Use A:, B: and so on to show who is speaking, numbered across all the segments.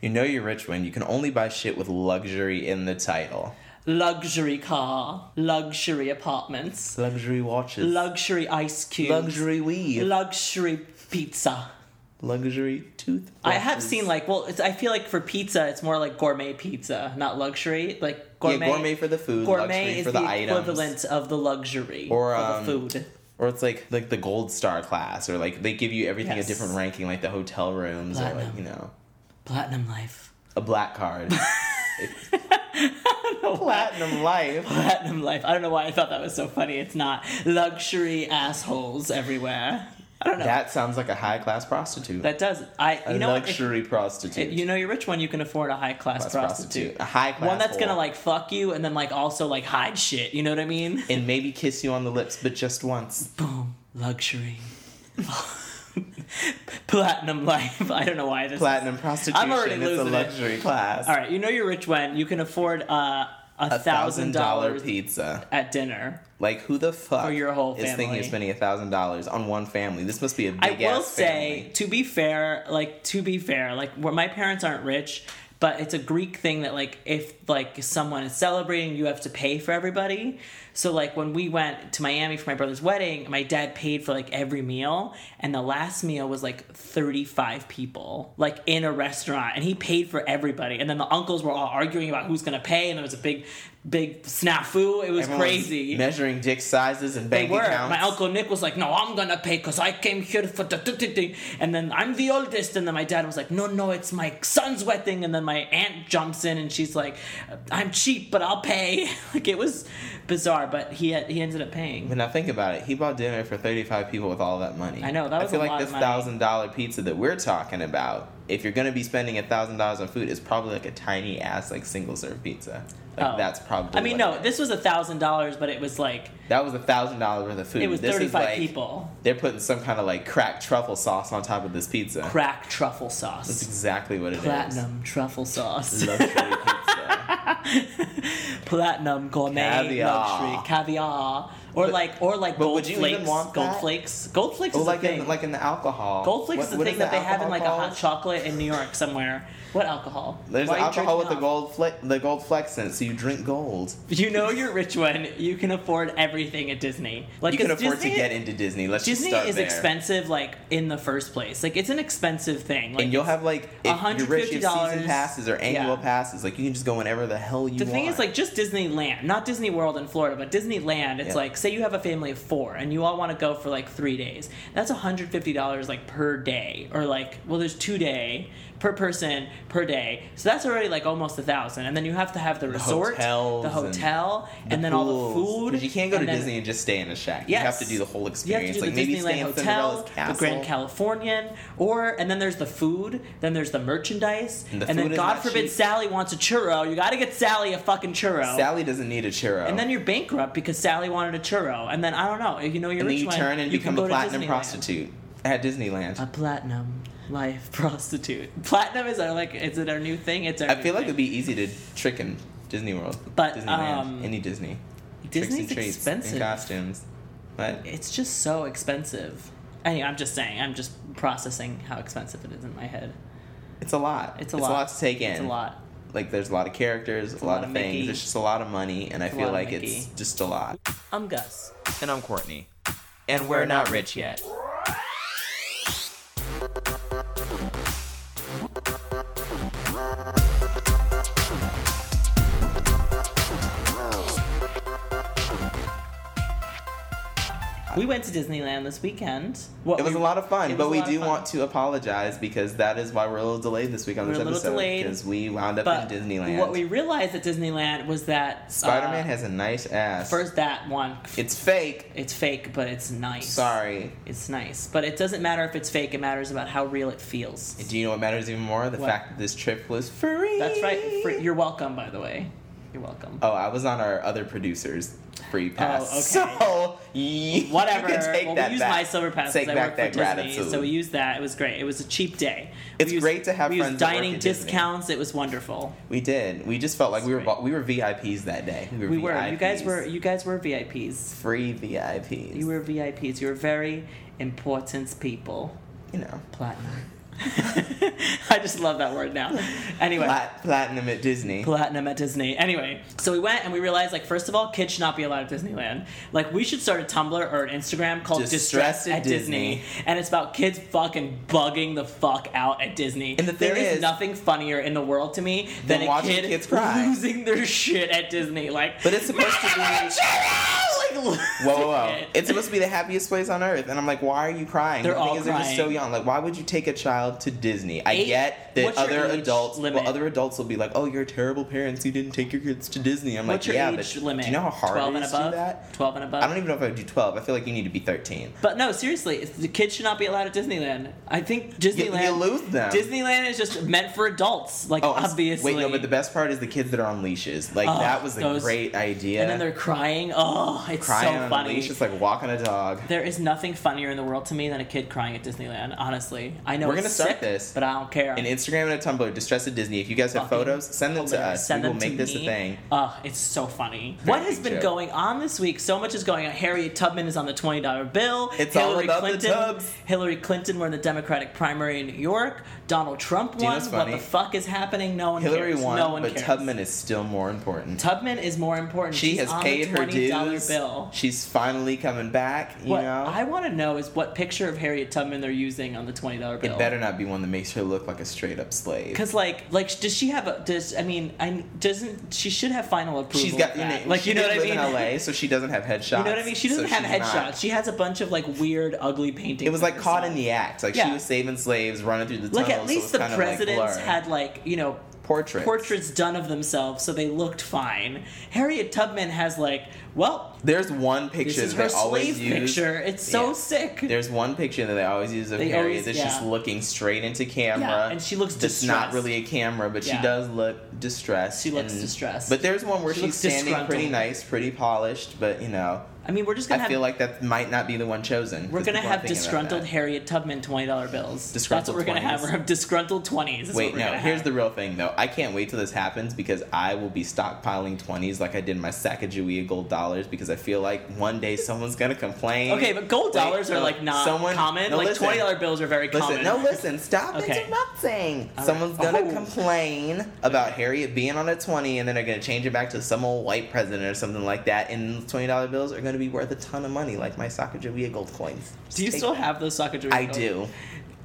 A: You know you're rich when you can only buy shit with luxury in the title.
B: Luxury car, luxury apartments,
A: Luxury watches.
B: luxury ice cubes,
A: luxury weed.
B: luxury pizza.
A: luxury tooth.
B: I have seen like well, it's, I feel like for pizza, it's more like gourmet pizza, not luxury. Like gourmet,
A: yeah, gourmet for the food.
B: gourmet
A: luxury
B: is
A: for the, items.
B: equivalent of the luxury
A: Or,
B: for
A: um,
B: the food.
A: Or it's like like the gold star class, or like they give you everything
B: Yes.
A: a different ranking, like the hotel rooms, or like
B: Platinum.
A: you know
B: Platinum life.
A: a black card,
B: Platinum.
A: platinum life.
B: Platinum life. I don't know why I thought that was so funny. It's not luxury assholes everywhere. I don't know.
A: That sounds like a high class prostitute.
B: That does. I. You
A: a
B: know. what? If-
A: luxury prostitute.
B: if you know you're rich when you can afford a high class
A: Class
B: prostitute.
A: A high class
B: One that's
A: whore.
B: gonna like fuck you and then like also like hide shit. You know what I mean?
A: and maybe kiss you on the lips, but just once.
B: Boom. Luxury. Platinum life. I don't know why this.
A: Platinum prostitution.
B: I'm already
A: it's a
B: losing it.
A: luxury class.
B: All right. You know you're rich when you can afford uh, a
A: A
B: thousand dollars
A: pizza.
B: at dinner.
A: Like who the fuck
B: For your whole
A: is thinking
B: family.
A: of spending a thousand dollars on one family? This must be a big
B: I will
A: ass
B: say, to be fair, like to be fair, like where my parents aren't rich, but it's a Greek thing that like if like someone is celebrating, you have to pay for everybody. So like when we went to Miami for my brother's wedding, my dad paid for like every meal, and the last meal was like thirty five people, like in a restaurant, and he paid for everybody. And then the uncles were all arguing about who's gonna pay, and there was a big, big snafu. It was
A: Everyone was
B: crazy.
A: Measuring dick sizes and
B: They
A: bank
B: were.
A: accounts.
B: My uncle Nick was like, "No, I'm gonna pay because I came here for the t- t- t-" and then I'm the oldest." And then my dad was like, "No, no, it's my son's wedding." And then my aunt jumps in and she's like, "I'm cheap, but I'll pay." like it was bizarre, but he had, he ended up paying.
A: When I think about it, he bought dinner for thirty-five people with all that money.
B: I know, that was
A: I feel
B: a
A: like
B: lot
A: this
B: of money.
A: thousand-dollar pizza that we're talking about. If you're gonna be spending a thousand dollars on food, it's probably like a tiny ass like single-serve pizza. Like
B: Oh.
A: that's probably.
B: I mean,
A: what
B: no,
A: it
B: this was a thousand dollars, but it was like
A: is. that was a thousand dollars worth of food.
B: it was
A: This is,
B: thirty five
A: like,
B: people.
A: They're putting some kind of like cracked truffle sauce on top of this pizza.
B: Crack truffle
A: That's
B: sauce,
A: exactly what it is.
B: platinum truffle sauce,
A: Luxury pizza.
B: platinum gourmet
A: Caviar.
B: luxury caviar, or
A: But-
B: like or like
A: but
B: gold
A: would you even
B: flakes.
A: want
B: gold
A: that?
B: flakes. Gold flakes
A: Well,
B: is
A: like
B: a thing.
A: in like in the alcohol.
B: Gold flakes is
A: What-
B: the
A: what
B: thing that
A: the
B: they have in
A: alcohol
B: like a hot
A: called?
B: chocolate in New York somewhere. What alcohol?
A: There's
B: Why are you
A: alcohol with the
B: jerking off?
A: gold fle- the gold flex in it, so you drink gold.
B: You know you're rich when you can afford everything at Disney. Like
A: you can
B: 'cause
A: afford
B: Disney,
A: to get into Disney. Let's
B: Disney
A: just start
B: is
A: there.
B: expensive, like in the first place. Like it's an expensive thing. Like
A: And you'll have like if you're rich, you have
B: $150
A: season passes or annual
B: Yeah.
A: passes. Like you can just go whenever the hell you
B: the
A: want.
B: thing is like just Disneyland, not Disney World in Florida, but Disneyland. It's
A: Yeah.
B: like say you have a family of four and you all want to go for like three days. That's hundred fifty dollars like per day, or like well, there's two day per person per day. So that's already like almost a thousand, and then you have to have the resort,
A: hotels
B: the
A: and
B: hotel, and, then all the food.
A: Because you can't go
B: and
A: to
B: then-
A: Disney and just stay in a shack. You have
B: Yes.
A: to do the whole
B: You have to
A: experience.
B: do
A: like
B: the
A: maybe
B: Disneyland
A: stay in
B: Hotel,
A: Cinderella's castle.
B: the Grand Californian, or and then there's the food, then there's the merchandise,
A: And the food
B: then
A: is
B: God
A: not
B: forbid
A: cheap.
B: Sally wants a churro. You got to get Sally a fucking churro.
A: Sally doesn't need a churro.
B: And then you're bankrupt because Sally wanted a churro. And then I don't know. You know, you're
A: And then
B: rich
A: you
B: when
A: turn and
B: you can
A: become
B: go
A: a
B: to
A: platinum
B: Disneyland.
A: prostitute at Disneyland.
B: A platinum life prostitute. Platinum is our like. Is it our new thing? It's our.
A: I
B: new
A: feel like
B: thing.
A: it'd be easy to trick in Disney World,
B: But,
A: Disneyland,
B: um,
A: any Disney. Tricks and
B: Disney's
A: treats and
B: expensive.
A: costumes. But
B: It's just so expensive. Anyway, I'm just saying. I'm just processing how expensive it is in my head.
A: it's a lot. It's
B: It's a
A: a
B: lot.
A: lot to take in.
B: It's a lot.
A: Like there's a lot of characters, a, lot, of things.
B: Mickey.
A: It's just a lot of money, and I
B: lot
A: feel
B: of
A: like
B: Mickey.
A: it's just a lot.
B: I'm Gus.
A: And I'm Courtney, and we're not rich yet.
B: We went to Disneyland this weekend. What
A: It was
B: we-
A: a lot of
B: it
A: fun,
B: was a
A: but we
B: lot of
A: do
B: fun.
A: want to apologize because that is why we're a little delayed this week on
B: We're
A: this
B: a little
A: episode
B: delayed,
A: because we wound up
B: But
A: in Disneyland.
B: what we uh, realized at Disneyland was that
A: Spider-Man
B: uh,
A: has a nice ass.
B: first that one.
A: it's fake.
B: It's fake, but it's nice.
A: Sorry.
B: It's nice, but it doesn't matter if it's fake. It matters about how real it feels.
A: Do you know what matters even more? The
B: What?
A: fact that this trip was free.
B: That's right. Free, you're welcome, by the way. You're welcome.
A: oh, I was on our other producer's free pass.
B: Oh, okay.
A: So you
B: Whatever.
A: can take
B: well,
A: that
B: we used
A: back.
B: my silver pass
A: Take
B: because I
A: back
B: work for
A: that
B: Disney,
A: gratitude.
B: so we used that. It was great. It was a cheap day.
A: It's
B: we used,
A: great to have
B: we
A: friends
B: used
A: that work
B: dining
A: at Disney.
B: discounts. It was wonderful.
A: We did. We just felt like we were
B: That's right.
A: we were VIPs that day. We were.
B: We were. You guys
A: VIPs.
B: were. You guys were VIPs.
A: free VIPs.
B: You were VIPs. You were very important people.
A: You know.
B: Platinum. I just love that word now. Anyway.
A: Plat- platinum at Disney.
B: Platinum at Disney. Anyway, so we went and we realized, like, first of all, kids should not be allowed at Disneyland. Like, we should start a Tumblr or an Instagram called Distressed,
A: Distressed
B: at
A: at
B: Disney. and it's about kids fucking bugging the fuck out at Disney.
A: And the thing
B: there is,
A: is-
B: nothing funnier in the world to me
A: Than
B: than a
A: watching
B: kid
A: kids cry.
B: losing their shit at Disney. Like,
A: But it's supposed to be-
B: be. Like,
A: Whoa, whoa, whoa. It's
B: It's
A: supposed to be the happiest place on earth. And I'm like, why are you crying?
B: They're
A: the
B: all
A: thing is, they're just
B: crying.
A: so young. Like, why would you take a child to Disney? I
B: Eight-
A: get that
B: what's your
A: other
B: age
A: adults,
B: limit?
A: well, other adults will be like, oh, you're terrible parents. You didn't take your kids to Disney. I'm
B: What's
A: like,
B: your
A: yeah,
B: age
A: but
B: limit?
A: do you know how hard
B: Twelve
A: it
B: and
A: is
B: above.
A: to do that?
B: Twelve and above.
A: I don't even know if I would do 12. I feel like you need to be 13.
B: But no, seriously, it's- the kids should not be allowed at Disneyland. I think
A: You,
B: Disneyland.
A: you lose them.
B: Disneyland is just meant for adults, like
A: Oh, I'm s-
B: obviously.
A: Wait, no, but the best part is the kids that are on leashes. Like,
B: Oh,
A: that was a
B: those-
A: great idea.
B: And then they're crying. Oh, it's
A: crying
B: so
A: on a
B: funny.
A: leash, just like walking a dog.
B: there is nothing funnier in the world to me than a kid crying at Disneyland. Honestly, I know
A: We're
B: it's
A: gonna start
B: sick,
A: this.
B: but I don't care.
A: An Instagram and a Tumblr, Distress at Disney. If you guys have
B: Fucking
A: photos, send them to
B: hilarious.
A: us.
B: Send
A: we will
B: them to
A: make this a
B: me.
A: thing.
B: Oh, it's so funny.
A: Very
B: what has
A: big
B: been
A: joke.
B: going on this week? So much is going on. Harriet Tubman is on the twenty dollar bill.
A: It's all about the
B: Clinton,
A: tubs.
B: Hillary Clinton were in the Democratic primary in New York. Donald Trump
A: you know
B: won.
A: what's
B: What
A: funny?
B: the fuck is happening? No one
A: Hillary
B: cares.
A: won,
B: no one
A: but
B: cares.
A: Tubman is still more important.
B: Tubman is more important.
A: she
B: She's
A: has
B: on
A: paid
B: the
A: her
B: $20
A: dues.
B: bill.
A: She's finally coming back. You
B: what
A: know,
B: I want to know is what picture of Harriet Tubman they're using on the twenty dollar bill.
A: it better not be one that makes her look like a straight up slave.
B: Cause like like does she have a does I mean I doesn't she should have final approval.
A: She's got
B: of
A: you
B: that.
A: know,
B: like
A: she
B: you know
A: did
B: what I
A: live
B: mean.
A: in LA, so she doesn't have headshots.
B: You know what I mean? She doesn't
A: so
B: have
A: she's
B: headshots.
A: not-
B: She has a bunch of like weird, ugly paintings.
A: it was
B: of
A: like caught
B: herself.
A: in the act. Like she
B: Yeah.
A: was saving slaves, running through the tunnels.
B: Like at
A: so it was
B: least the
A: kind of, like,
B: presidents
A: blurred.
B: had like you know
A: portraits.
B: portraits done of themselves, so they looked fine. Harriet Tubman has like well,
A: There's one
B: this
A: picture
B: is
A: that
B: her
A: they always
B: slave
A: use.
B: picture. It's so
A: Yeah.
B: sick.
A: There's one picture that they always use of
B: They
A: Harriet
B: always-
A: that's just
B: yeah.
A: looking straight into camera.
B: Yeah, and she looks
A: That's not
B: distressed.
A: really a camera, but
B: Yeah.
A: she does look distressed.
B: She looks
A: and-
B: distressed.
A: But there's one where
B: She
A: she's
B: looks
A: standing pretty
B: disgruntled.
A: nice, pretty polished, but you know,
B: I mean, we're just
A: I
B: gonna have
A: feel like that might not be the one chosen.
B: we're
A: 'cause
B: gonna
A: people aren't
B: have
A: thinking about
B: disgruntled
A: that.
B: Harriet Tubman twenty dollar bills. That's what
A: Disgruntled
B: we're gonna have.
A: 20s.
B: We're gonna have disgruntled twenties.
A: Wait, no. Here's the real thing, though. I can't wait till this happens because I will be stockpiling twenties like I did my Sacagawea gold dollars because I feel like one day someone's gonna complain.
B: Okay, but gold
A: Wait,
B: dollars are
A: no,
B: like not
A: someone-
B: common.
A: no,
B: like
A: listen.
B: twenty dollar bills are very
A: Listen,
B: common.
A: no, listen, stop
B: Okay.
A: interrupting.
B: All
A: Someone's
B: right.
A: gonna
B: Oh.
A: complain about Harriet being on a 20 and then they're gonna change it back to some old white president or something like that, and those $20 bills are gonna be worth a ton of money, like my Sacagawea gold coins.
B: Do you
A: Take-
B: still have those Sacagawea?
A: I
B: bills?
A: do.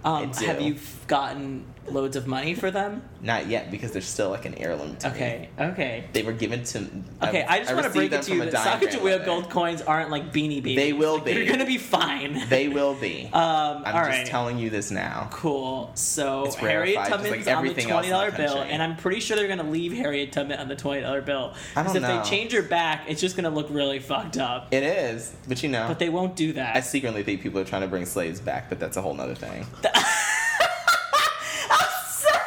B: Um,
A: I do.
B: Have you f- gotten loads of money for them?
A: Not yet, because they're still like an heirloom to me.
B: Okay, okay,
A: They were given to
B: okay. I, just want to
A: received
B: break
A: them
B: it to
A: from
B: you
A: a
B: that
A: dying
B: Sacagawea
A: grandmother.
B: gold coins aren't like beanie babies.
A: They will
B: Like, You're
A: be.
B: gonna be fine.
A: They will be.
B: um,
A: I'm
B: all
A: just
B: right.
A: telling you this now.
B: Cool. So
A: It's rarefied,
B: Harriet
A: just like
B: Tubman's on the
A: everything else
B: twenty
A: in the
B: dollar bill,
A: country.
B: and I'm pretty sure they're gonna leave Harriet Tubman on the twenty dollar bill.
A: I don't
B: if
A: know.
B: they change her back, it's just gonna look really fucked up.
A: It is, but you know.
B: But they won't do
A: I
B: that.
A: secretly think people are trying to bring slaves back, but that's a whole nother thing.
B: I'm sorry.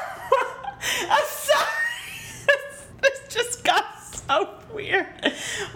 B: I'm sorry. This, this just got so weird.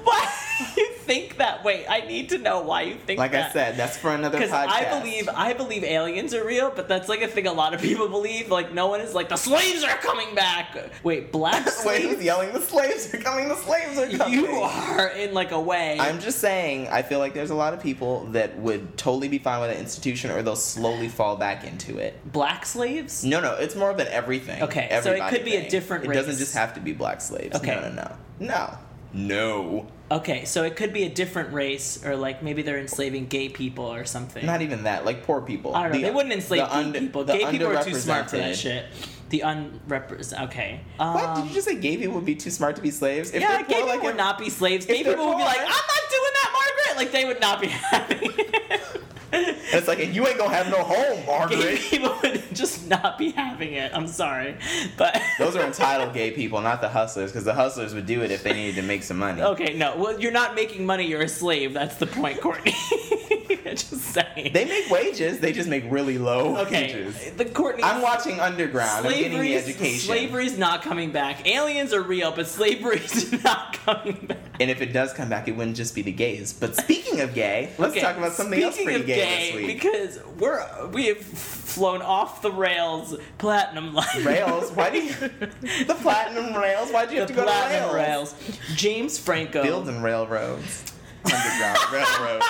B: Why do you think that? Wait, I need to know why you think
A: Like
B: that.
A: I said, that's for another
B: Because
A: podcast.
B: I believe I believe aliens are real, but that's like a thing a lot of people believe. Like no one is like the slaves are coming back. Wait, black
A: Wait,
B: slaves?
A: who's yelling? The slaves are coming! The slaves are coming!
B: you are in like a way.
A: I'm just saying, I feel like there's a lot of people that would totally be fine with an institution, or they'll slowly fall back into it.
B: black slaves.
A: No, no, it's more of an everything.
B: Okay, so it
A: everybody
B: could be a
A: thing.
B: different
A: It
B: race.
A: doesn't just have to be black slaves.
B: Okay.
A: No, no, no, no, no.
B: Okay, so it could be a different race, or like maybe they're enslaving gay people or something.
A: Not even that. Like poor people.
B: I don't know.
A: The-
B: they wouldn't enslave
A: the
B: gay
A: under-
B: people.
A: the
B: Gay people are too smart for that
A: underrepresented.
B: shit. The unrepresent. Okay.
A: What
B: Um,
A: did you just say? Gay people would be too smart to be slaves? If
B: yeah,
A: they're
B: gay
A: poor,
B: people
A: like
B: would
A: in-
B: not be slaves. Gay
A: they're
B: people would be
A: poor-
B: like, "I'm not doing that, Margaret." Like they would not be happy.
A: It's like and you ain't gonna have no home,
B: gay
A: Margaret.
B: people would just not be having it. I'm sorry, but
A: Those are entitled gay people, not the hustlers, because the hustlers would do it if they needed to make some money.
B: Okay, no. Well, you're not making money. You're a slave. That's the point, Courtney. just saying.
A: They make wages, they just make really low
B: okay.
A: wages.
B: The Courtney.
A: I'm watching Underground. I'm getting the
B: Slavery's-
A: education.
B: Slavery's not coming back. Aliens are real, but slavery's not coming back.
A: And if it does come back, it wouldn't just be the gays. But speaking of gay, let's
B: Okay,
A: talk about something else
B: speaking
A: pretty
B: of
A: gay, this week.
B: Because we're we have flown off the rails, platinum line.
A: rails? Why do you, the platinum rails? Why'd you
B: the
A: have to go to
B: platinum
A: rails?
B: rails. James Franco.
A: Building railroads, underground railroads.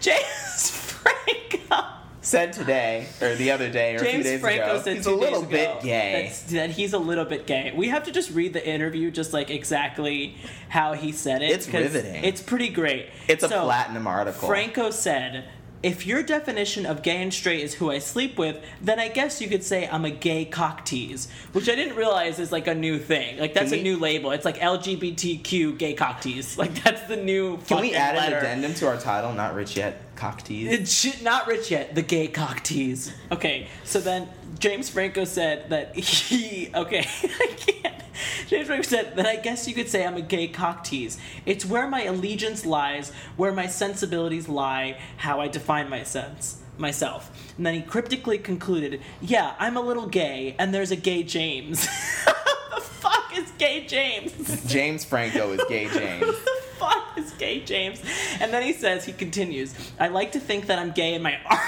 B: James Franco
A: said today or the other day or a few
B: James
A: days
B: Franco
A: ago.
B: said
A: he's
B: two
A: a little
B: days ago
A: bit gay.
B: that's- That he's a little bit gay. We have to just read the interview, just like exactly how he said it.
A: It's
B: 'cause
A: riveting.
B: It's pretty great.
A: It's a
B: So,
A: platinum article.
B: Franco said, "If your definition of gay and straight is who I sleep with, then I guess you could say I'm a gay cock tease," which I didn't realize is like a new thing. Like that's
A: Can
B: a
A: we-
B: new label. It's like LGBTQ gay cock tease. Like that's the new.
A: Can we
B: fucking
A: add an
B: letter.
A: addendum to our title? Not rich yet. Cock tease.
B: It should, not rich yet. The gay cock tease. Okay, so then James Franco said that he. Okay, I can't. James Franco said that I guess you could say I'm a gay cock tease. It's where my allegiance lies, where my sensibilities lie, how I define my sense myself. And then he cryptically concluded, "Yeah, I'm a little gay, and there's a gay James." the fuck is gay James?
A: James Franco is gay James.
B: Who the fuck is gay James? And then he says, he continues, I like to think that I'm gay in my art.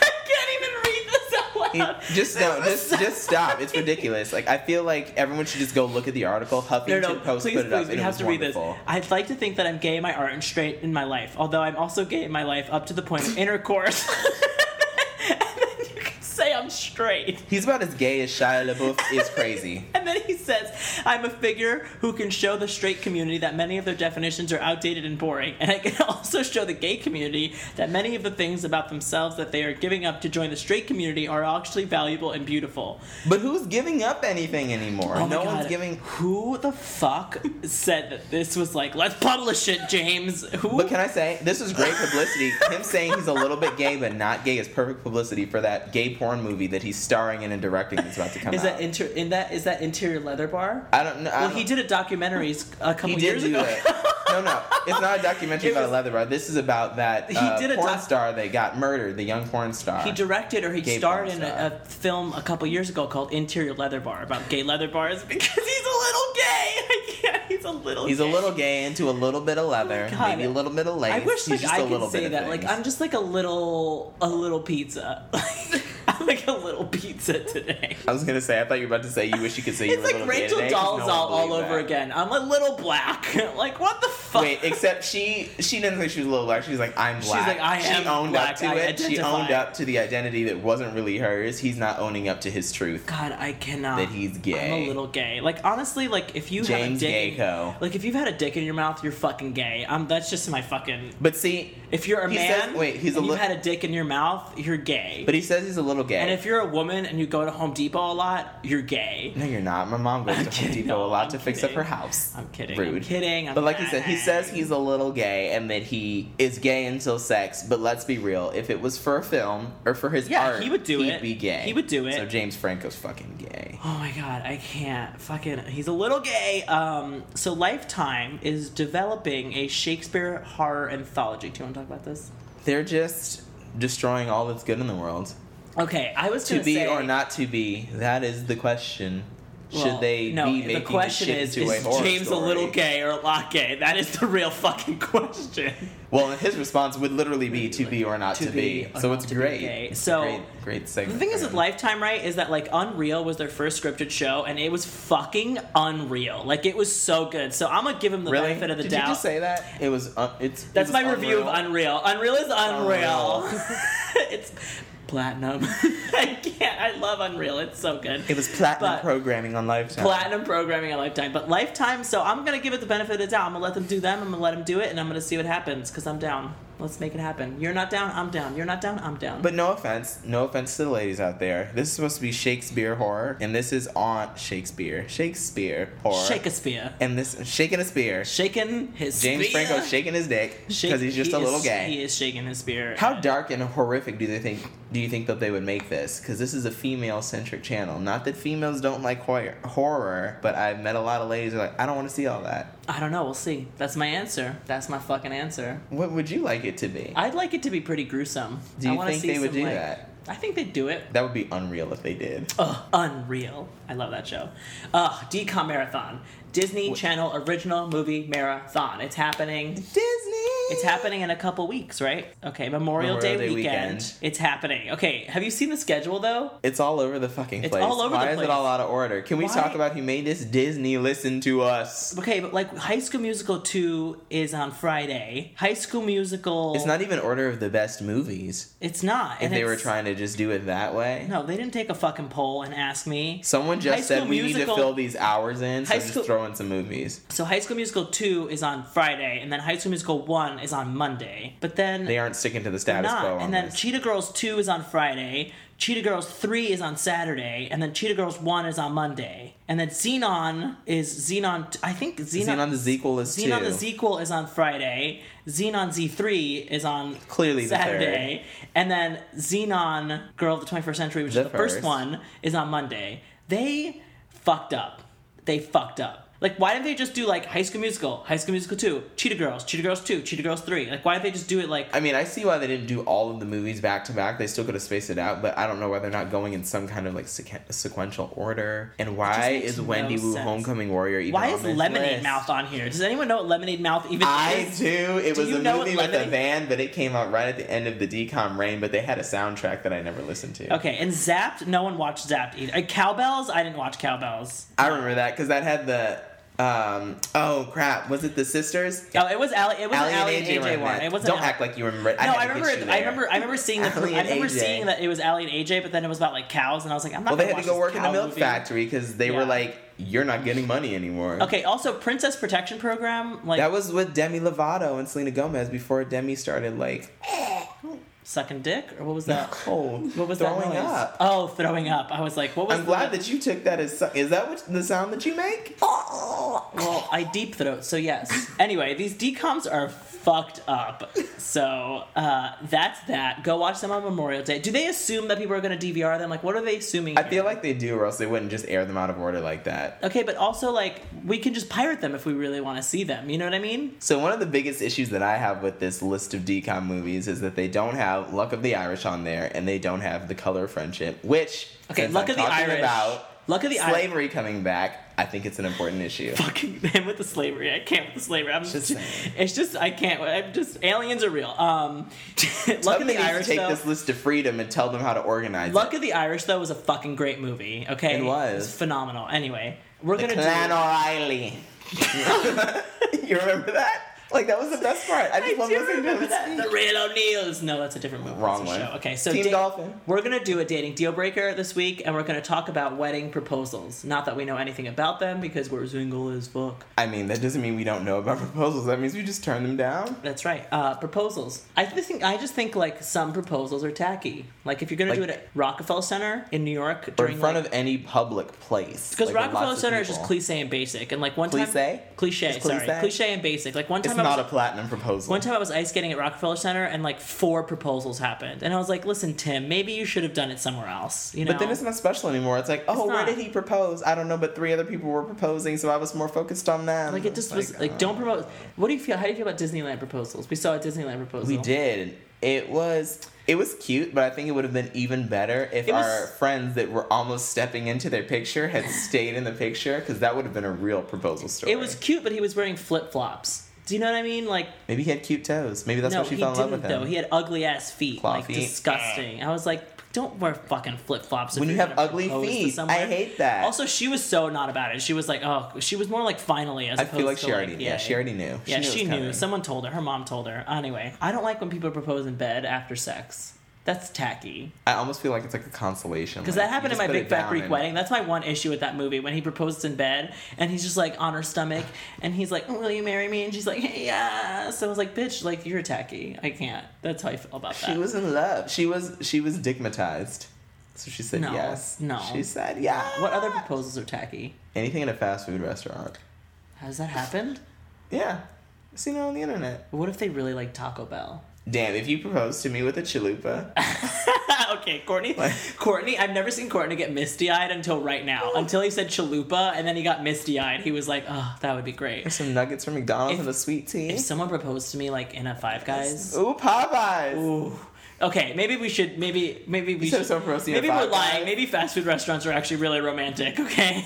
B: I can't even read this out loud.
A: Just no, just just stop. It's ridiculous. Like I feel like everyone should just go look at the article.
B: No,
A: Huffington
B: no,
A: Post
B: please,
A: put it up.
B: please, we
A: and it
B: have
A: was
B: to read
A: wonderful.
B: this. I'd like to think that I'm gay in my art and straight in my life, although I'm also gay in my life up to the point of intercourse. and then you can say I'm straight.
A: He's about as gay as Shia LaBeouf is crazy.
B: And then he says, I'm a figure who can show the straight community that many of their definitions are outdated and boring. And I can also show the gay community that many of the things about themselves that they are giving up to join the straight community are actually valuable and beautiful.
A: But who's giving up anything anymore?
B: Oh my
A: no one's
B: God.
A: giving.
B: Who the fuck said that this was like, let's publish it, James? Who?
A: But can I say this is great publicity? Him saying he's a little bit gay but not gay is perfect publicity for that gay porn movie that he's starring in and directing that's about to come
B: is
A: out.
B: that inter- in that is that interior leather bar?
A: I don't know. I
B: well,
A: don't-
B: he did a documentary a couple
A: He did
B: years
A: do
B: ago.
A: it. No, no, it's not a documentary
B: It
A: about
B: was-
A: a leather bar. This is about that
B: He
A: uh,
B: did a
A: porn
B: doc-
A: star that got murdered, the young porn star.
B: He directed or he
A: Gay
B: starred
A: porn
B: in a,
A: star.
B: a film a couple years ago called Interior Leather Bar about gay leather bars because he's a little gay. Yeah, he's a little.
A: He's a
B: gay.
A: little gay into a little bit of leather,
B: Oh God.
A: maybe a little bit of lace.
B: I wish
A: He's
B: like
A: just
B: I
A: a little
B: could say
A: bit
B: that.
A: Of
B: Like
A: things.
B: I'm just like a little a little pizza. I'm like a little pizza today.
A: I was gonna say. I thought you were about to say you wish you could say you
B: It's
A: were a
B: like
A: little gay
B: Rachel
A: today, 'cause
B: Dolezal
A: no one
B: all
A: believed
B: over
A: that.
B: again. I'm a little black. like what the fuck?
A: Wait, except she she didn't think she was a little black. She was like, I'm black.
B: like, I
A: she
B: am
A: owned
B: black.
A: up to
B: I
A: it. She
B: identify.
A: owned up to the identity that wasn't really hers. He's not owning up to his truth.
B: God, I cannot.
A: That he's gay.
B: I'm a little gay. Like honestly, like if you
A: James
B: have a dick,
A: Gayco.
B: like if you've had a dick in your mouth, you're fucking gay. Um, that's just my fucking.
A: But see,
B: If you're a
A: He
B: man,
A: says- wait, he's
B: and
A: a
B: you've
A: li-
B: had a dick in your mouth, you're gay.
A: but he says he's a little gay.
B: and if you're a woman and you go to Home Depot a lot, you're gay.
A: no, you're not. My mom goes
B: I'm
A: to Home
B: kidding.
A: Depot
B: No,
A: a lot
B: I'm
A: to fix up
B: kidding.
A: her house.
B: I'm kidding. I'm
A: Rude.
B: kidding. I'm
A: But like he said, he
B: not.
A: says he's a little gay and that he is gay until sex. But let's be real, if it was for a film or for his
B: Yeah,
A: art,
B: he would do
A: he'd
B: it.
A: Be gay.
B: He would do it.
A: So James Franco's fucking gay.
B: Oh my god, I can't. Fucking, he's a little gay. Um, so Lifetime is developing a Shakespeare horror anthology. Do you want to talk about this?
A: They're just destroying all that's good in the world.
B: Okay, I was
A: To
B: gonna
A: be
B: say,
A: or not to be, that is the question. Should
B: Well,
A: they
B: no,
A: be making
B: the question
A: this
B: is,
A: shit into
B: is
A: a horror
B: James
A: story?
B: a little gay or a lot gay? That is the real fucking question.
A: Well, his response would literally be to be or not
B: To
A: to, be.
B: be or
A: So
B: not
A: it's
B: to be
A: great.
B: gay.
A: It's
B: So-
A: great, great segment.
B: The thing is
A: for
B: with
A: him.
B: Lifetime, right, is that like Unreal was their first scripted show, and it was fucking unreal. Like it was so good. So I'm gonna give him the
A: really?
B: benefit of the
A: Did
B: doubt.
A: you just say that? It was. Un- it's. it
B: That's
A: was
B: my review of
A: unreal.
B: Unreal. Unreal is unreal.
A: Unreal.
B: it's platinum. I can't. I love Unreal. It's so good.
A: It was platinum
B: But-
A: programming on Lifetime.
B: platinum programming at Lifetime, but Lifetime. So I'm gonna give it the benefit of the doubt. I'm gonna let them do them. I'm gonna let them do it, and I'm gonna see what happens because I'm down. Let's make it happen. You're not down. I'm down. You're not down. I'm down.
A: But no offense, no offense to the ladies out there. This is supposed to be Shakespeare horror, and this is on Shakespeare, Shakespeare horror,
B: shake a spear,
A: and this shaking a spear.
B: shaking his
A: James
B: spear.
A: Franco shaking his dick
B: Shake-
A: because he's just
B: he
A: a little
B: is-
A: gay.
B: He is shaking his spear.
A: How dark and horrific do they think? Do you think that they would make this? Because this is a female-centric channel. Not that females don't like horror, horror, but I've met a lot of ladies who are like, I don't want to see all that.
B: I don't know. We'll see. That's my answer. That's my fucking answer.
A: What would you like it to be?
B: I'd like it to be pretty gruesome.
A: Do
B: I
A: you
B: wanna
A: think
B: see
A: they would
B: some,
A: do
B: like-
A: that?
B: I think they'd do it.
A: That would be unreal if they did.
B: Ugh, unreal. I love that show. Ugh, DCOM Marathon. Disney Channel Original Movie Marathon. It's happening.
A: Disney.
B: It's happening in a couple weeks, right? Okay, Memorial,
A: Memorial
B: Day,
A: Day
B: weekend.
A: weekend.
B: It's happening. Okay, have you seen the schedule though?
A: It's all over the fucking
B: It's
A: place.
B: all over
A: Why
B: the
A: is
B: place.
A: it all out of order? Can we
B: Why-
A: talk about who made this? Disney, listen to us.
B: Okay, but like High School Musical 2 is on Friday. High School Musical
A: It's not even order of the best movies.
B: It's not.
A: If
B: and
A: they were
B: it's-
A: trying to just do it that way.
B: No, they didn't take a fucking poll and ask me.
A: Someone just
B: High
A: said
B: School
A: we need to
B: Musical-
A: fill these hours in, so
B: High
A: just
B: School-
A: throw in some movies.
B: So High School Musical 2 is on Friday and then High School Musical 1 is on Monday. But then
A: They aren't sticking to the status
B: not.
A: quo on
B: and then
A: this.
B: Cheetah Girls 2 is on Friday. Cheetah Girls 3 is on Saturday, and then Cheetah Girls 1 is on Monday. And then Xenon is Xenon. I think Xenon,
A: Xenon the sequel is
B: Xenon
A: two.
B: the sequel is on Friday. Xenon Z3 is on
A: Clearly the
B: Saturday. And then Xenon Girl of the 21st Century, which
A: The
B: is the first.
A: first.
B: one, is on Monday. They fucked up. They fucked up. Like, why didn't they just do like High School Musical, High School Musical 2, Cheetah Girls, Cheetah Girls 2, Cheetah Girls 3? Like, why did they just do it like.
A: I mean, I see why they didn't do all of the movies back to back. They still could have spaced it out, but I don't know why they're not going in some kind of like sequen- sequential order. And why
B: makes
A: is Wendy
B: no
A: Wu
B: sense.
A: Homecoming Warrior even
B: Why
A: on
B: is
A: this
B: Lemonade
A: list?
B: Mouth on here? Does anyone know what Lemonade Mouth even
A: I
B: is?
A: do. It was
B: you
A: a
B: know what
A: movie with a
B: Lemonade-
A: van, but it came out right at the end of the DCOM reign. But they had a soundtrack that I never listened to.
B: Okay, and Zapped, no one watched Zapped either. Uh, Cowbells, I didn't watch Cowbells.
A: I remember that because that had the um. Oh crap! Was it the sisters?
B: Oh, it was Ali. It was
A: Ally
B: an Ali and AJ,
A: were in
B: one.
A: that.
B: It wasn't.
A: Don't
B: Ali-
A: act like you remember it.
B: No,
A: had
B: I
A: to get
B: remember.
A: you
B: it-
A: there.
B: I remember. I remember seeing the.
A: Ally
B: I
A: and
B: remember
A: AJ.
B: seeing that it was Ali and AJ, but then it was about like cows, and I was like, I'm not.
A: Well, they
B: gonna
A: had to
B: watch
A: go work
B: this
A: in the
B: cow
A: milk
B: movie.
A: factory because they
B: Yeah.
A: were like, "You're not getting money anymore."
B: Okay. Also, Princess Protection Program, like
A: That was with Demi Lovato and Selena Gomez before Demi started like
B: sucking dick, or what was that?
A: oh
B: What was
A: throwing
B: that noise?
A: up.
B: Oh, throwing up. I was like, what was?
A: I'm glad that you took that as so- is that what the sound that you make?
B: Oh. Well, I deep throat, so yes. Anyway, these decoms are fucked up. So uh, that's that. Go watch them on Memorial Day. Do they assume that people are going to DVR them? Like, what are they assuming?
A: I feel like they do, or else they wouldn't just air them out of order like that.
B: Okay, but also like we can just pirate them if we really want to see them. You know what I mean?
A: So one of the biggest issues that I have with this list of decom movies is that they don't have Luck of the Irish on there, and they don't have The Color of Friendship, which
B: Okay,
A: since
B: Luck
A: I'm
B: of the
A: talking
B: Irish.
A: about
B: Luck of the Irish.
A: slavery coming back. I think it's an important issue.
B: Fucking them with the slavery. I can't with the slavery. I'm
A: Just
B: just.
A: saying.
B: it's just I can't. I'm just aliens are real. Um, Luck of
A: Somebody
B: the
A: needs to
B: Irish
A: take
B: though.
A: this list to freedom and tell them how to organize
B: Luck
A: it.
B: of the Irish though was a fucking great movie. Okay,
A: It was.
B: phenomenal. Anyway, we're gonna
A: Clan
B: do.
A: O'Reilly. you remember that? Like that was the best part. I just
B: I
A: love
B: do
A: listening to
B: remember
A: him
B: that. The
A: speak.
B: Real O'Neills. No, that's a different movie.
A: Wrong
B: That's a
A: one.
B: Show. Okay, so
A: Team
B: da-
A: Dolphin.
B: We're gonna do a dating deal breaker this week, and we're gonna talk about wedding proposals. Not that we know anything about them because we're single as fuck.
A: I mean, that doesn't mean we don't know about proposals. That means we just turn them down.
B: That's right. Uh, proposals. I just think I just think like some proposals are tacky. Like if you're gonna do it
A: Like-
B: at Rockefeller Center in New York
A: Or
B: during
A: in front of any public place. like,
B: because
A: with
B: Rockefeller
A: lots of
B: Center is just
A: people.
B: cliche and basic. And like one time,
A: Cliche?
B: cliche,
A: It's
B: sorry,
A: cliche?
B: cliche? and basic. Like one
A: It's
B: time, I was,
A: not a platinum proposal.
B: one time I was ice skating at Rockefeller Center, and like four proposals happened, and I was like, "Listen, Tim, maybe you should have done it somewhere else." You know,
A: but then it's not special anymore. It's like, oh,
B: It's
A: where
B: not.
A: did he propose? I don't know, but three other people were proposing, so I was more focused on them.
B: like it
A: It's
B: just was
A: uh,
B: like, "Don't promote." What do you feel? How do you feel about Disneyland proposals? We saw a Disneyland proposal.
A: We did. It was it was cute, but I think it would have been even better if
B: It was-
A: our friends that were almost stepping into their picture had stayed in the picture because that would have been a real proposal story.
B: It was cute, but he was wearing flip flops. Do you know what I mean? Like
A: maybe he had cute toes. Maybe that's
B: no,
A: why she
B: he
A: fell in love
B: didn't
A: with him.
B: though. He had ugly ass feet,
A: Claw
B: like
A: feet.
B: disgusting. I was like, don't wear fucking flip flops
A: when you have ugly feet, I hate that.
B: Also, she was so not about it. She was like, oh, she was more like finally as
A: I
B: opposed
A: feel like
B: to
A: she already
B: like,
A: yeah, she already knew.
B: Yeah,
A: knew it
B: she
A: was
B: knew.
A: coming.
B: Someone told her. Her mom told her. Anyway, I don't like when people propose in bed after sex. That's tacky.
A: I almost feel like it's like a consolation.
B: Because that happened in my Big Fat Greek Wedding. That's my one issue with that movie when he proposes in bed and he's just like on her stomach and he's like, "Will you marry me?" And she's like, "Hey, "Yeah." So I was like, "Bitch, like you're tacky. I can't." That's how I feel about that.
A: She was in love. She was she was digmatized. So she said
B: No,
A: yes.
B: no.
A: She said yeah.
B: what other proposals are tacky?
A: anything in a fast food restaurant?
B: Has that happened?
A: Yeah, I've seen it on the internet.
B: What if they really like Taco Bell?
A: Damn, if you proposed to me with a chalupa,
B: okay, Courtney. Courtney, I've never seen Courtney get misty eyed until right now. Until he said chalupa and then he got misty eyed. He was like, "Oh, that would be great."
A: some nuggets from McDonald's
B: If-
A: and a sweet tea.
B: If someone proposed to me like in a Five Guys.
A: Ooh, Popeyes.
B: Ooh. Okay, maybe we should. Maybe maybe we
A: said
B: should.
A: so for us to eat
B: maybe
A: a
B: we're
A: five
B: lying.
A: guys.
B: Maybe fast food restaurants are actually really romantic. Okay.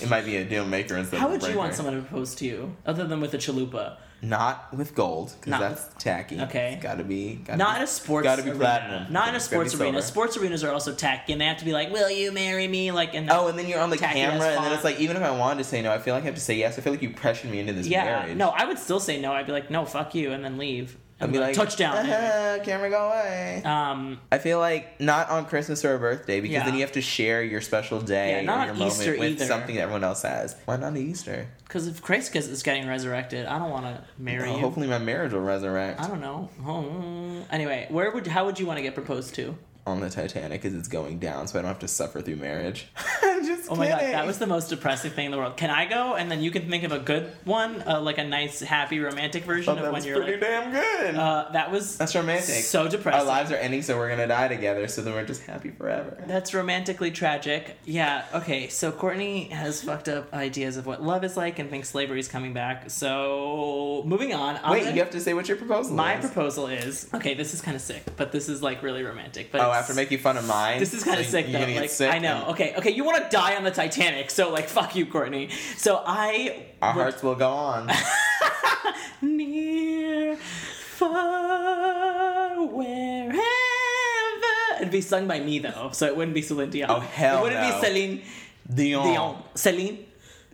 A: It might be a deal maker instead.
B: How
A: of a
B: would you want
A: breaker.
B: someone to propose to you other than with a chalupa?
A: Not with gold, because
B: Not
A: that's tacky.
B: okay.
A: It's gotta be. Gotta
B: Not
A: be,
B: in a sports
A: Gotta be
B: arena.
A: platinum.
B: Not in a
A: It's gotta be
B: sports arena.
A: silver.
B: Sports arenas are also tacky, and they have to be like, "Will you marry me?" Like, and
A: Oh, and then you're on the
B: Tacky-ass
A: camera, and then
B: font.
A: it's like, even if I wanted to say no, I feel like I have to say yes. I feel like you pressured me into this
B: yeah,
A: marriage.
B: no, I would still say no. I'd be like, "No, fuck you," and then leave.
A: I'd
B: And
A: be like,
B: touchdown. anyway.
A: "Uh-huh, camera, go away.
B: Um,
A: I feel like not on Christmas or a birthday because
B: Yeah.
A: then you have to share your special day
B: Yeah, not
A: or
B: on
A: your moment
B: Easter
A: with
B: either.
A: something that everyone else has. Why not Easter?
B: because if Christ gets- is getting resurrected, I don't want to marry
A: Oh,
B: you.
A: hopefully my marriage will resurrect
B: I don't know. Oh. Anyway, where would how would you want to get proposed to?
A: on the Titanic as it's going down, so I don't have to suffer through marriage. I'm just
B: Oh my god,
A: kidding.
B: that was the most depressing thing in the world. Can I go? And then you can think of a good one, uh, like a nice, happy, romantic
A: Thought
B: version
A: that
B: of when
A: was
B: you're
A: pretty
B: like,
A: damn good.
B: uh, that was
A: That's romantic.
B: so depressing.
A: Our lives are ending, so we're gonna die together. So then we're just happy forever.
B: That's romantically tragic. Yeah, okay, so Courtney has fucked up ideas of what love is like and thinks slavery is coming back. So, moving on. I'm
A: Wait,
B: gonna-
A: you have to say what your proposal
B: my
A: is.
B: proposal is okay, this is kind of sick, but this is like really romantic. But
A: Oh,
B: it's-
A: after making fun of mine.
B: This is kind
A: so
B: of sick
A: you're
B: though.
A: gonna get
B: Like
A: sick
B: I know.
A: and
B: Okay, okay. You want to die on the Titanic, so like fuck you, Courtney. So I
A: Our
B: would-
A: hearts will go on.
B: near, far, wherever. It'd be sung by me though, so it wouldn't be Celine Dion.
A: Oh, hell
B: It wouldn't
A: no. Oh.
B: be Celine
A: Dion.
B: Dion. Celine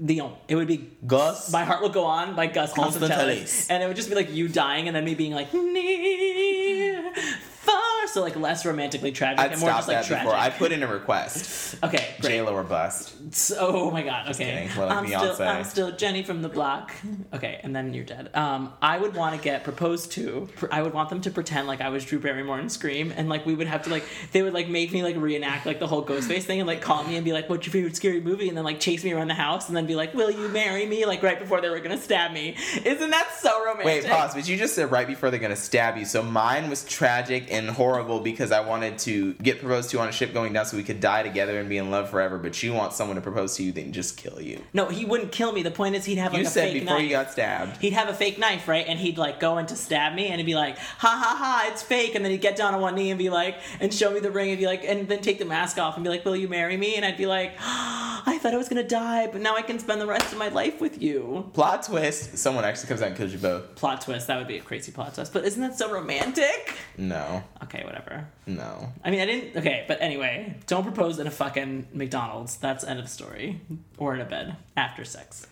B: Dion. It would be
A: Gus.
B: My Heart Will Go On by Gus Constantelis.
A: Constantelis.
B: And it would just be like you dying and then me being like near, far. So like less romantically tragic
A: I'd
B: and more
A: stop
B: just like
A: that before. I
B: tragic.
A: put in a request.
B: okay, great.
A: J Lo or bust.
B: So- oh my god. Okay.
A: kidding. Well, like
B: I'm
A: Beyonce.
B: still I'm still Jenny from the block. Okay, and then you're dead. Um, I would want to get proposed to. Pr- I would want them to pretend like I was Drew Barrymore and scream, and like we would have to like they would like make me like reenact like the whole Ghostface thing and like call me and be like, "What's your favorite scary movie?" and then like chase me around the house and then be like, "Will you marry me?" like right before they were gonna stab me. Isn't that so romantic?
A: Wait, pause. But you just said right before they're gonna stab you. So mine was tragic and horrible because I wanted to get proposed to on a ship going down, so we could die together and be in love forever. But you want someone to propose to you, then just kill you.
B: No, he wouldn't kill me. The point is, he'd have like
A: You
B: a
A: said
B: fake
A: before
B: knife.
A: you got stabbed.
B: he'd have a fake knife, right? And he'd like go in to stab me, and he'd be like, "Ha ha ha, it's fake!" And then he'd get down on one knee and be like, and show me the ring, and be like, and then take the mask off and be like, "Will you marry me?" And I'd be like, "I thought I was gonna die, but now I can spend the rest of my life with you."
A: Plot twist: someone actually comes out and kills you both.
B: Plot twist. That would be a crazy plot twist, but isn't that so romantic?
A: No,
B: Okay, whatever.
A: no.
B: I mean, I didn't. Okay, but anyway, don't propose in a fucking McDonald's. That's end of story. Or in a bed after sex.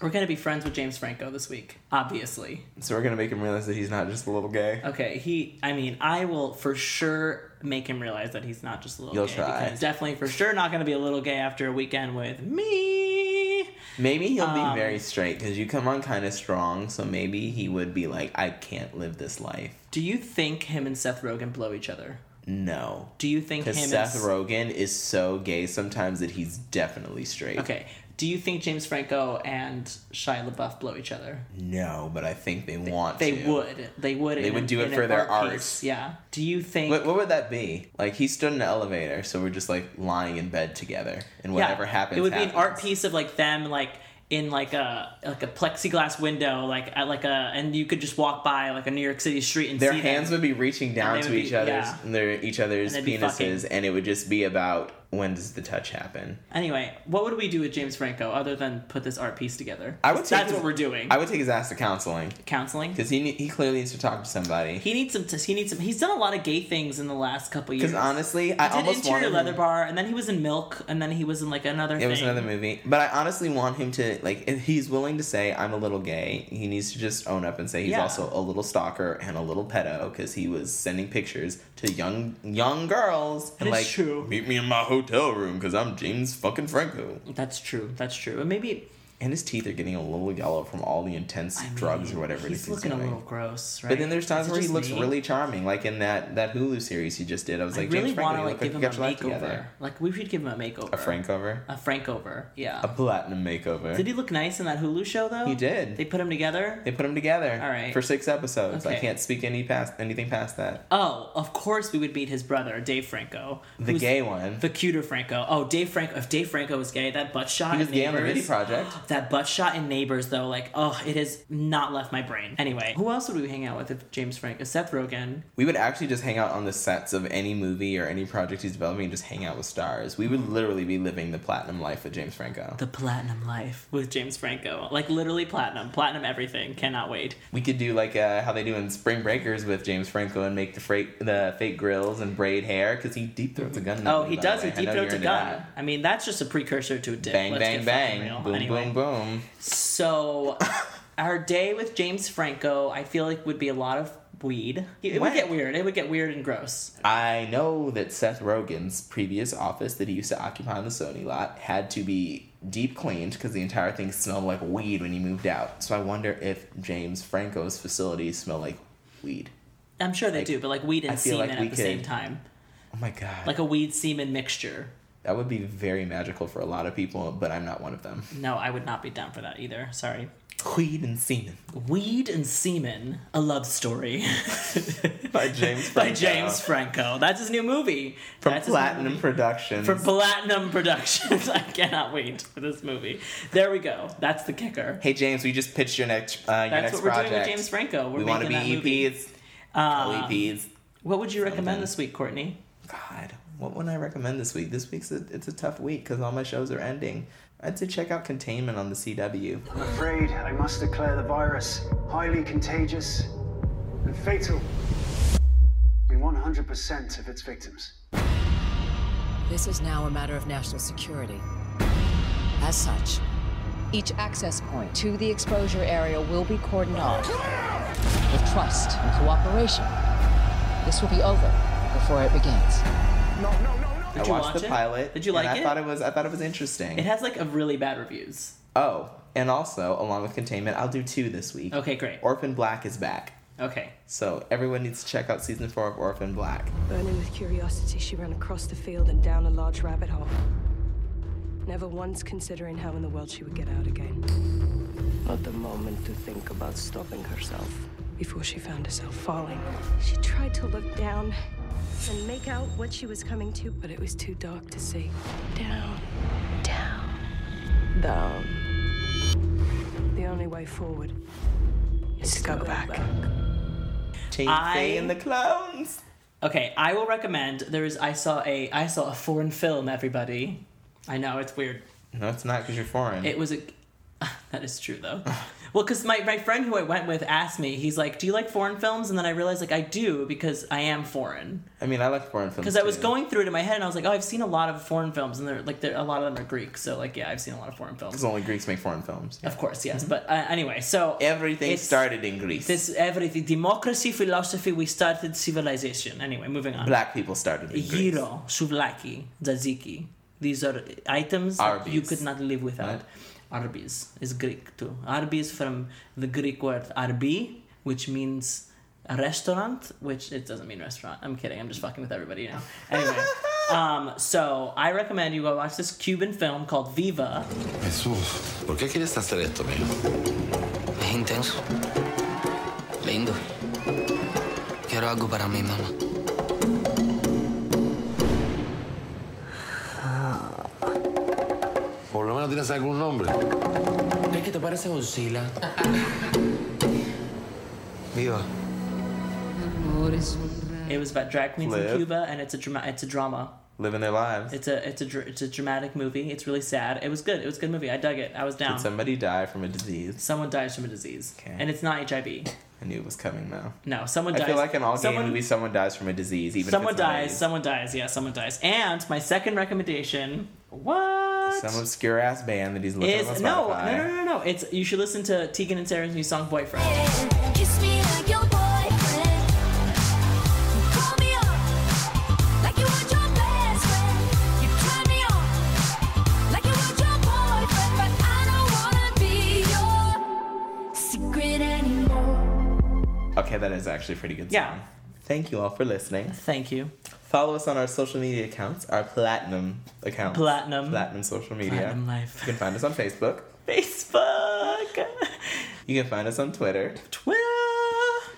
B: We're gonna be friends with James Franco this week, obviously.
A: So we're gonna make him realize that he's not just a little gay.
B: Okay, he. I mean, I will for sure make him realize that he's not just a little
A: You'll
B: gay.
A: try.
B: Because definitely for sure not going to be a little gay after a weekend with me.
A: Maybe he'll
B: Um,
A: be very straight because you come on kind of strong. So maybe he would be like, I can't live this life.
B: Do you think him and Seth Rogen blow each other?
A: No.
B: Do you think him
A: Because Seth
B: and
A: Rogen is so gay sometimes that he's definitely straight.
B: Okay. Do you think James Franco and Shia LaBeouf blow each other?
A: No, but I think they, want
B: They
A: to.
B: would. They would. They
A: would do it for their art.
B: Yeah. Do you think?
A: What, what would that be? Like he stood in an elevator, so we're just like lying in bed together, and whatever happens,
B: It would be
A: happens.
B: an art piece of like them like in like a like a plexiglass window, like at like a and you could just walk by like a New York City street and
A: Their
B: see
A: hands
B: them.
A: would be reaching down
B: And they
A: to
B: would be-
A: each other's,
B: yeah.
A: and their each other's
B: And they'd be
A: penises, and it would just be about when does the touch happen.
B: Anyway, what would we do with James Franco other than put this art piece together?
A: I would take
B: That's
A: his-
B: what we're doing.
A: I would take his ass to counseling
B: Counseling.
A: because he ne- he clearly needs to talk to somebody.
B: He needs some. he needs some. He's done a lot of gay things in the last couple years.
A: Because honestly, I
B: he did
A: almost
B: interior
A: wanted
B: leather
A: him-
B: bar, and then he was in Milk, and then he was in like another.
A: It was
B: thing.
A: another movie, but I honestly want him to like. If he's willing to say I'm a little gay, he needs to just own up and say he's
B: Yeah.
A: also a little stalker and a little pedo because he was sending pictures to young young girls and
B: is
A: like
B: true.
A: meet me in my hotel room because I'm James fucking Franco.
B: That's true. That's true. And maybe
A: And his teeth are getting a little yellow from all the intense drugs or whatever it is
B: he's
A: he's
B: looking
A: doing.
B: a little gross, right?
A: but then there's times
B: Is it
A: where he
B: just
A: looks
B: me?
A: really charming, like in that that Hulu series he just did. I was
B: I
A: like,
B: really
A: James Franco,
B: want to
A: you look like
B: like give
A: you
B: him a
A: got your life
B: makeover.
A: together.
B: Like we should give him a makeover.
A: A Frankover,
B: A Frankover. Yeah.
A: a platinum makeover.
B: did he look nice in that Hulu show though?
A: He did.
B: They put him together.
A: They put them together.
B: All right.
A: For six episodes. I
B: Okay.
A: can't speak any past anything past that.
B: Oh, of course we would meet his brother, Dave Franco.
A: The
B: who's
A: gay one.
B: The cuter Franco. Oh, Dave Franco. If Dave Franco was gay, that butt shot.
A: he was
B: in
A: gay on the
B: Neighbors-
A: Midi Project.
B: That butt shot in Neighbors, though, like, oh, it has not left my brain. Anyway, who else would we hang out with if James Frank, if Seth Rogen?
A: We would actually just hang out on the sets of any movie or any project he's developing and just hang out with stars. We would literally be living the platinum life with James Franco.
B: The Platinum Life with James Franco. Like, literally platinum. Platinum everything. Cannot wait.
A: We could do like uh, how they do in Spring Breakers with James Franco and make the, freight, the fake grills and braid hair because he deep throats a gun. in the
B: Oh,
A: movie,
B: he
A: by
B: does.
A: the
B: He
A: way. I
B: deep
A: know
B: throats
A: you're
B: a
A: into
B: gun.
A: that.
B: I mean, that's just a precursor to a dip.
A: Bang,
B: Let's
A: bang,
B: get fucking real.
A: bang. Boom,
B: Anyway.
A: boom, boom.
B: So, our day with James Franco, I feel like would be a lot of weed. It would
A: What?
B: get weird. It would get weird and gross.
A: I know that Seth Rogen's previous office that he used to occupy on the Sony lot had to be deep cleaned because the entire thing smelled like weed when he moved out. So I wonder if James Franco's facilities smell like weed.
B: I'm sure they do, but like weed and
A: I feel
B: semen
A: like
B: at
A: we
B: the same
A: could-
B: time,
A: Oh my god.
B: like a weed semen mixture.
A: that would be very magical for a lot of people, but I'm not one of them.
B: No, I would not be down for that either. Sorry.
A: Weed and semen
B: Weed and semen, a love story
A: by James Franco.
B: by James Franco. That's his new movie.
A: from
B: That's his
A: Platinum Productions.
B: for Platinum Productions. I cannot wait for this movie. There we go. That's the kicker.
A: hey James, we just pitched your next uh, your
B: That's
A: next
B: what we're
A: project.
B: doing with James Franco. We're
A: we want
B: making
A: to be E
B: that movie.
A: EPs,
B: Uh,
A: LEPs.
B: What would you
A: E
B: recommend
A: Something.
B: this week, Courtney?
A: God, what would I recommend this week? This week's a, it's a tough week because all my shows are ending. I'd say check out Containment on the CW.
C: I'm afraid I must declare the virus highly contagious and fatal in 100% of its victims.
D: This is now a matter of national security. As such, each access point to the exposure area will be cordoned off with trust and cooperation. This will be over before it begins.
A: I watched
B: you watch
A: the
B: it?
A: pilot.
B: Did you like
A: and I
B: it?
A: thought it was I thought it was interesting.
B: It has like a really bad reviews.
A: oh, and also along with Containment, I'll do two this week.
B: Okay, great.
A: Orphan Black is back,
B: Okay.
A: so everyone needs to check out season four of Orphan Black.
E: Burning with curiosity, she ran across the field and down a large rabbit hole. Never once considering how in the world she would get out again
F: Not a moment to think about stopping herself.
E: before she found herself falling. She tried to look down and make out what she was coming to, but it was too dark to see. Down, down,
F: Down.
E: The only way forward is to go, back.
A: Teen
B: I-
A: Faye and the Clones.
B: Okay, I will recommend there is I saw a I saw a foreign film, everybody. I know it's weird.
A: No, it's not because you're foreign.
B: It was a that is true though. well, because my, my friend who I went with asked me, he's like, Do you like foreign films? And then I realized like I do because I am foreign.
A: I mean, I like foreign films
B: Because I was
A: too.
B: going through it in my head and I was like, Oh, I've seen a lot of foreign films and they're like they're, a lot of them are Greek, so like yeah, I've seen a lot of foreign films.
A: 'Cause only Greeks make foreign films.
B: Of course, yes. But uh, anyway, so
A: Everything
B: it's-
A: started in Greece.
B: This everything democracy, philosophy, we started civilization. Anyway, moving on.
A: Black people started in Greece.
B: Gyro, souvlaki, tzatziki. These are items that you
A: Arby's.
B: could not live without. Arby's is Greek too. Arby's from the Greek word arbi, which means a restaurant, which it doesn't mean restaurant. I'm kidding. I'm just fucking with everybody now. Anyway, um, so I recommend you go watch this Cuban film called Viva.
G: Jesús, ¿por qué quieres hacer esto, mijo?
H: Es intenso. Lindo. Quiero algo para mí, mamá.
G: Por lo menos tienes algún nombre.
H: ¿Crees que te parece Godzilla? Viva.
B: It was about drag queens in
A: Flip.
B: Cuba, and it's a drama. It's a drama.
A: Living their lives.
B: It's a it's a dr- it's a dramatic movie. It's really sad. It was good. It was a good movie. I dug it. I was down.
A: Did somebody die from a disease?
B: someone dies from a disease,
A: Okay.
B: and it's not HIV.
A: I knew it was coming now.
B: No, someone dies.
A: I feel like in all
B: someone,
A: gay movies, someone dies from a disease. Even
B: someone
A: if it's not
B: dies.
A: AIDS.
B: Someone dies. Yeah, someone dies. And my second recommendation. What?
A: Some obscure ass band that he's looking
B: is
A: up on
B: no,
A: Spotify.
B: no, no, no, no. It's you should listen to Tegan and Sarah's new song "Boyfriend."
I: Kiss me like your boyfriend. Call me up like you were your best friend. You turn me on like you were your boyfriend, but I don't wanna be your secret anymore.
A: Okay, that is actually a pretty good. Song.
B: Yeah.
A: Thank you all for listening.
B: Thank you.
A: Follow us on our social media accounts, our platinum accounts.
B: Platinum.
A: Platinum social media.
B: Platinum life.
A: You can find us on Facebook.
B: Facebook,
A: You can find us on Twitter.
B: Twitter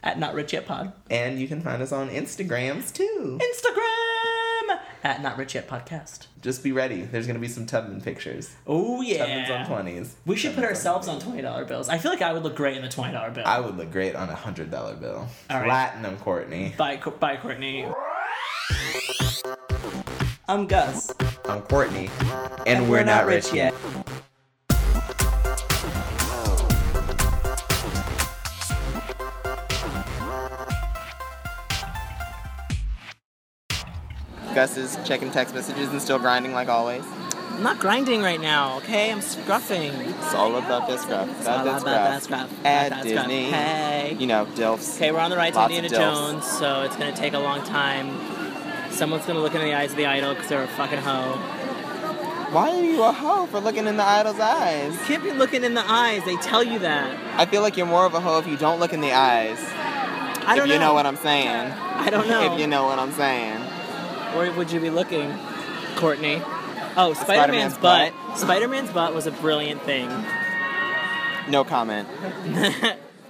B: at Not Rich Yet Pod,
A: And you can find us on Instagrams too.
B: Instagram
J: at Not Rich Yet Podcast.
A: Just be ready. There's gonna be some Tubman pictures.
J: Oh
A: Tubman's on
J: yeah.
A: twenties.
J: We should put ourselves on twenty dollar bills. I feel like I would look great in a twenty dollar bill.
A: I would look great on a hundred dollar bill.
J: All right.
A: Platinum Courtney.
J: Bye, Co- bye, Courtney. I'm Gus,
A: I'm Courtney, and, we're, not, rich yet. Gus is checking text messages and still grinding like always.
B: I'm not grinding right now, okay? I'm scruffing.
A: It's all about this stuff.
B: All about that scruff.
A: At
B: About that scruff.
A: Disney.
B: Hey.
A: You know, Dilfs.
B: Okay, we're on the right to
A: Lots of
B: Indiana
A: dilfs.
B: Jones, so it's gonna take a long time. Someone's gonna look in the eyes of the idol because they're a fucking hoe.
A: Why are you a hoe for looking in the idol's eyes?
B: Can't be looking in the eyes. They tell you that.
A: I feel like you're more of a hoe if you don't look in the eyes.
B: I don't
A: if
B: know.
A: you know. what I'm saying.
B: I don't know.
A: If you know what I'm saying.
B: Where would you be looking, Courtney? Oh, Spider
A: Spider-Man's
B: Man's butt. Spider Man's butt was a brilliant thing.
A: No comment.